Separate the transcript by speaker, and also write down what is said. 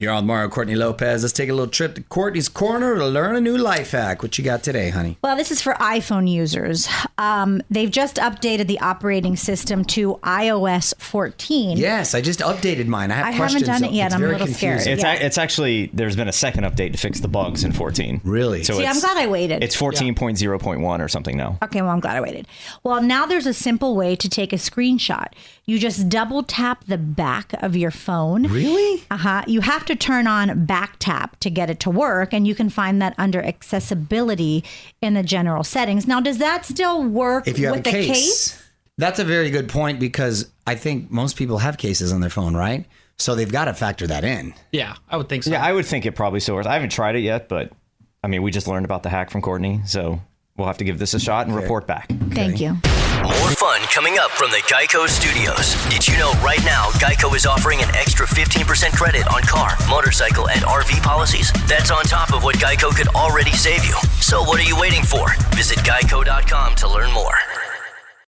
Speaker 1: You're on Mario Courtney Lopez. Let's take a little trip to Courtney's Corner to learn a new life hack. What you got today, honey?
Speaker 2: Well, this is for iPhone users. Um, they've just updated the operating system to iOS 14.
Speaker 1: Yes, I just updated mine. I have
Speaker 2: I haven't
Speaker 1: questions.
Speaker 2: done it yet.
Speaker 1: It's
Speaker 2: I'm a
Speaker 1: very
Speaker 2: little scared.
Speaker 1: confusing.
Speaker 3: It's
Speaker 2: Yeah.
Speaker 3: a, it's actually there's been a second update to fix the bugs in 14.
Speaker 1: Really?
Speaker 3: So
Speaker 2: See,
Speaker 3: it's,
Speaker 2: I'm glad I waited.
Speaker 3: It's 14.0.1 or something now.
Speaker 2: Okay, well, I'm glad I waited. Well, now there's a simple way to take a screenshot. You just double tap the back of your phone.
Speaker 1: Really?
Speaker 2: Uh huh. You have to turn on back tap to get it to work, and you can find that under accessibility in the general settings. Now, does that still work
Speaker 1: If you have
Speaker 2: with
Speaker 1: a
Speaker 2: the
Speaker 1: case,
Speaker 2: case?
Speaker 1: that's a very good point because I think most people have cases on their phone, right? So they've got to factor that in.
Speaker 4: Yeah, I would think so.
Speaker 3: Yeah, I would think it probably still works. I haven't tried it yet, but I mean, we just learned about the hack from Courtney, so we'll have to give this a shot and report back.
Speaker 2: Thank you.
Speaker 5: More fun coming up from the Geico Studios. Did you know right now Geico is offering an extra 15% credit on car, motorcycle, and RV policies? That's on top of what Geico could already save you. So what are you waiting for? Visit geico.com to learn more.